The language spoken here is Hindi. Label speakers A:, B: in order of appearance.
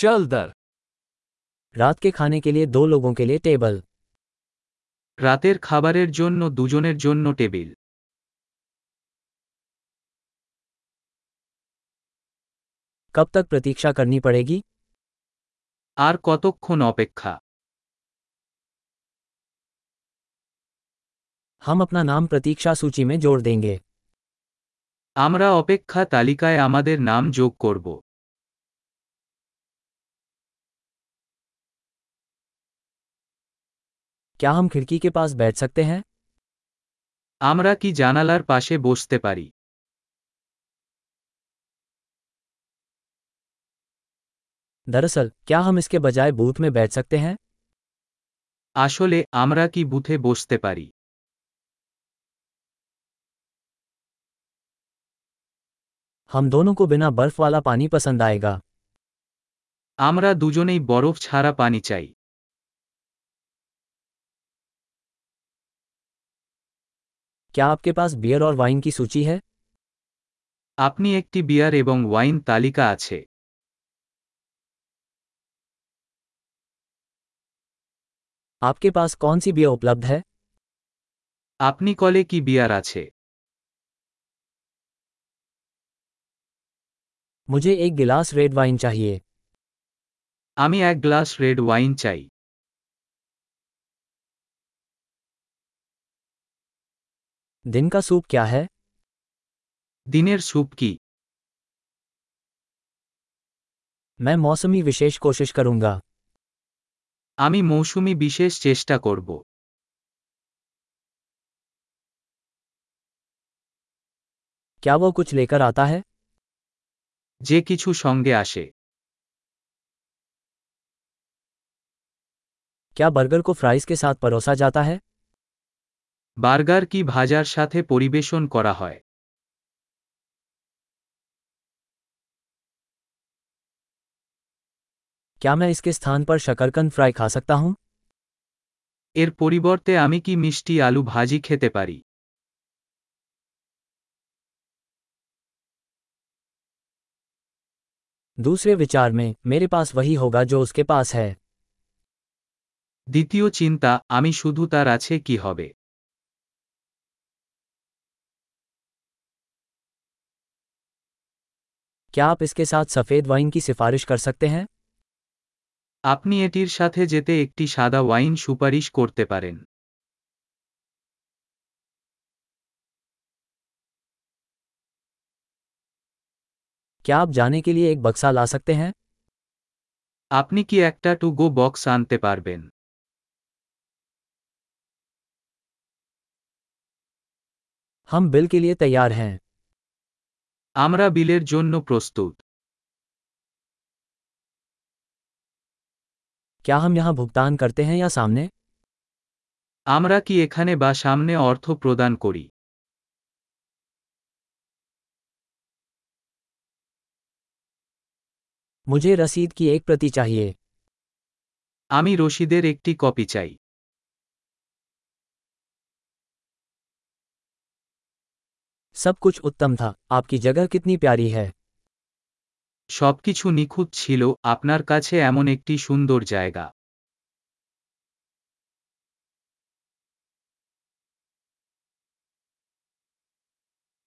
A: चल दर
B: রাত के खाने के लिए दो लोगों के लिए टेबल
C: রাতের খাবারের জন্য দুজনের জন্য টেবিল
B: कब तक प्रतीक्षा करनी पड़ेगी
C: আর কতক্ষণ অপেক্ষা
B: हम अपना नाम प्रतीक्षा सूची में जोड़ देंगे
C: আমরা অপেক্ষা তালিকায় আমাদের নাম যোগ করব
B: क्या हम खिड़की के पास बैठ सकते हैं
C: আমরা কি জানালার পাশে বসতে পারি
B: दरअसल क्या हम इसके बजाय बूथ में बैठ सकते हैं
C: আসলে আমরা কি বুথে বসতে পারি
B: हम दोनों को बिना बर्फ वाला पानी पसंद आएगा
C: আমরা দুজনেই বরফ ছাড়া পানি চাই
B: क्या आपके पास बियर और वाइन की सूची है
C: আপনি একটি বিয়ার এবং ওয়াইন তালিকা আছে
B: आपके पास कौन सी बियर उपलब्ध है
C: আপনি কলে কি বিয়ার আছে
B: मुझे एक गिलास रेड वाइन चाहिए
C: আমি এক গ্লাস রেড ওয়াইন চাই
B: दिन का सूप क्या है
C: দিনের স্যুপ কি
B: मैं मौसमी विशेष कोशिश करूंगा
C: আমি মৌসুমি বিশেষ চেষ্টা করব
B: क्या वो कुछ लेकर आता है
C: যে কিছু সঙ্গে আসে
B: क्या बर्गर को फ्राइज के साथ परोसा जाता है
C: বার্গার কি ভাজার সাথে পরিবেশন করা হয়
B: क्या मैं इसके स्थान पर शकरकंद फ्राई खा सकता हूँ
C: এর পরিবর্তে আমি কি মিষ্টি আলু ভাজি খেতে পারি
B: दूसरे विचार में मेरे पास वही होगा जो उसके पास है
C: দ্বিতীয় চিন্তা আমি শুধু তার আছে কি হবে
B: क्या आप इसके साथ सफ़ेद वाइन की सिफारिश कर सकते हैं
C: আপনি এটির সাথে যেতে একটি সাদা ওয়াইন সুপারিশ করতে পারেন
B: क्या आप जाने के लिए एक बक्सा ला सकते हैं
C: আপনি কি একটা টু গো বক্স আনতে পারবেন
B: हम बिल के लिए तैयार हैं
C: আমরা বিলের জন্য প্রস্তুত
B: क्या हम यहाँ भुगतान करते हैं या सामने
C: আমরা কি এখানে বা সামনে অর্থ প্রদান করি
B: मुझे रसीद की एक प्रति चाहिए
C: আমি রসিদের একটি কপি চাই
B: सब कुछ उत्तम था आपकी जगह कितनी प्यारी है
C: সবকিছু নিখুঁত ছিল আপনার কাছে এমন একটি সুন্দর জায়গা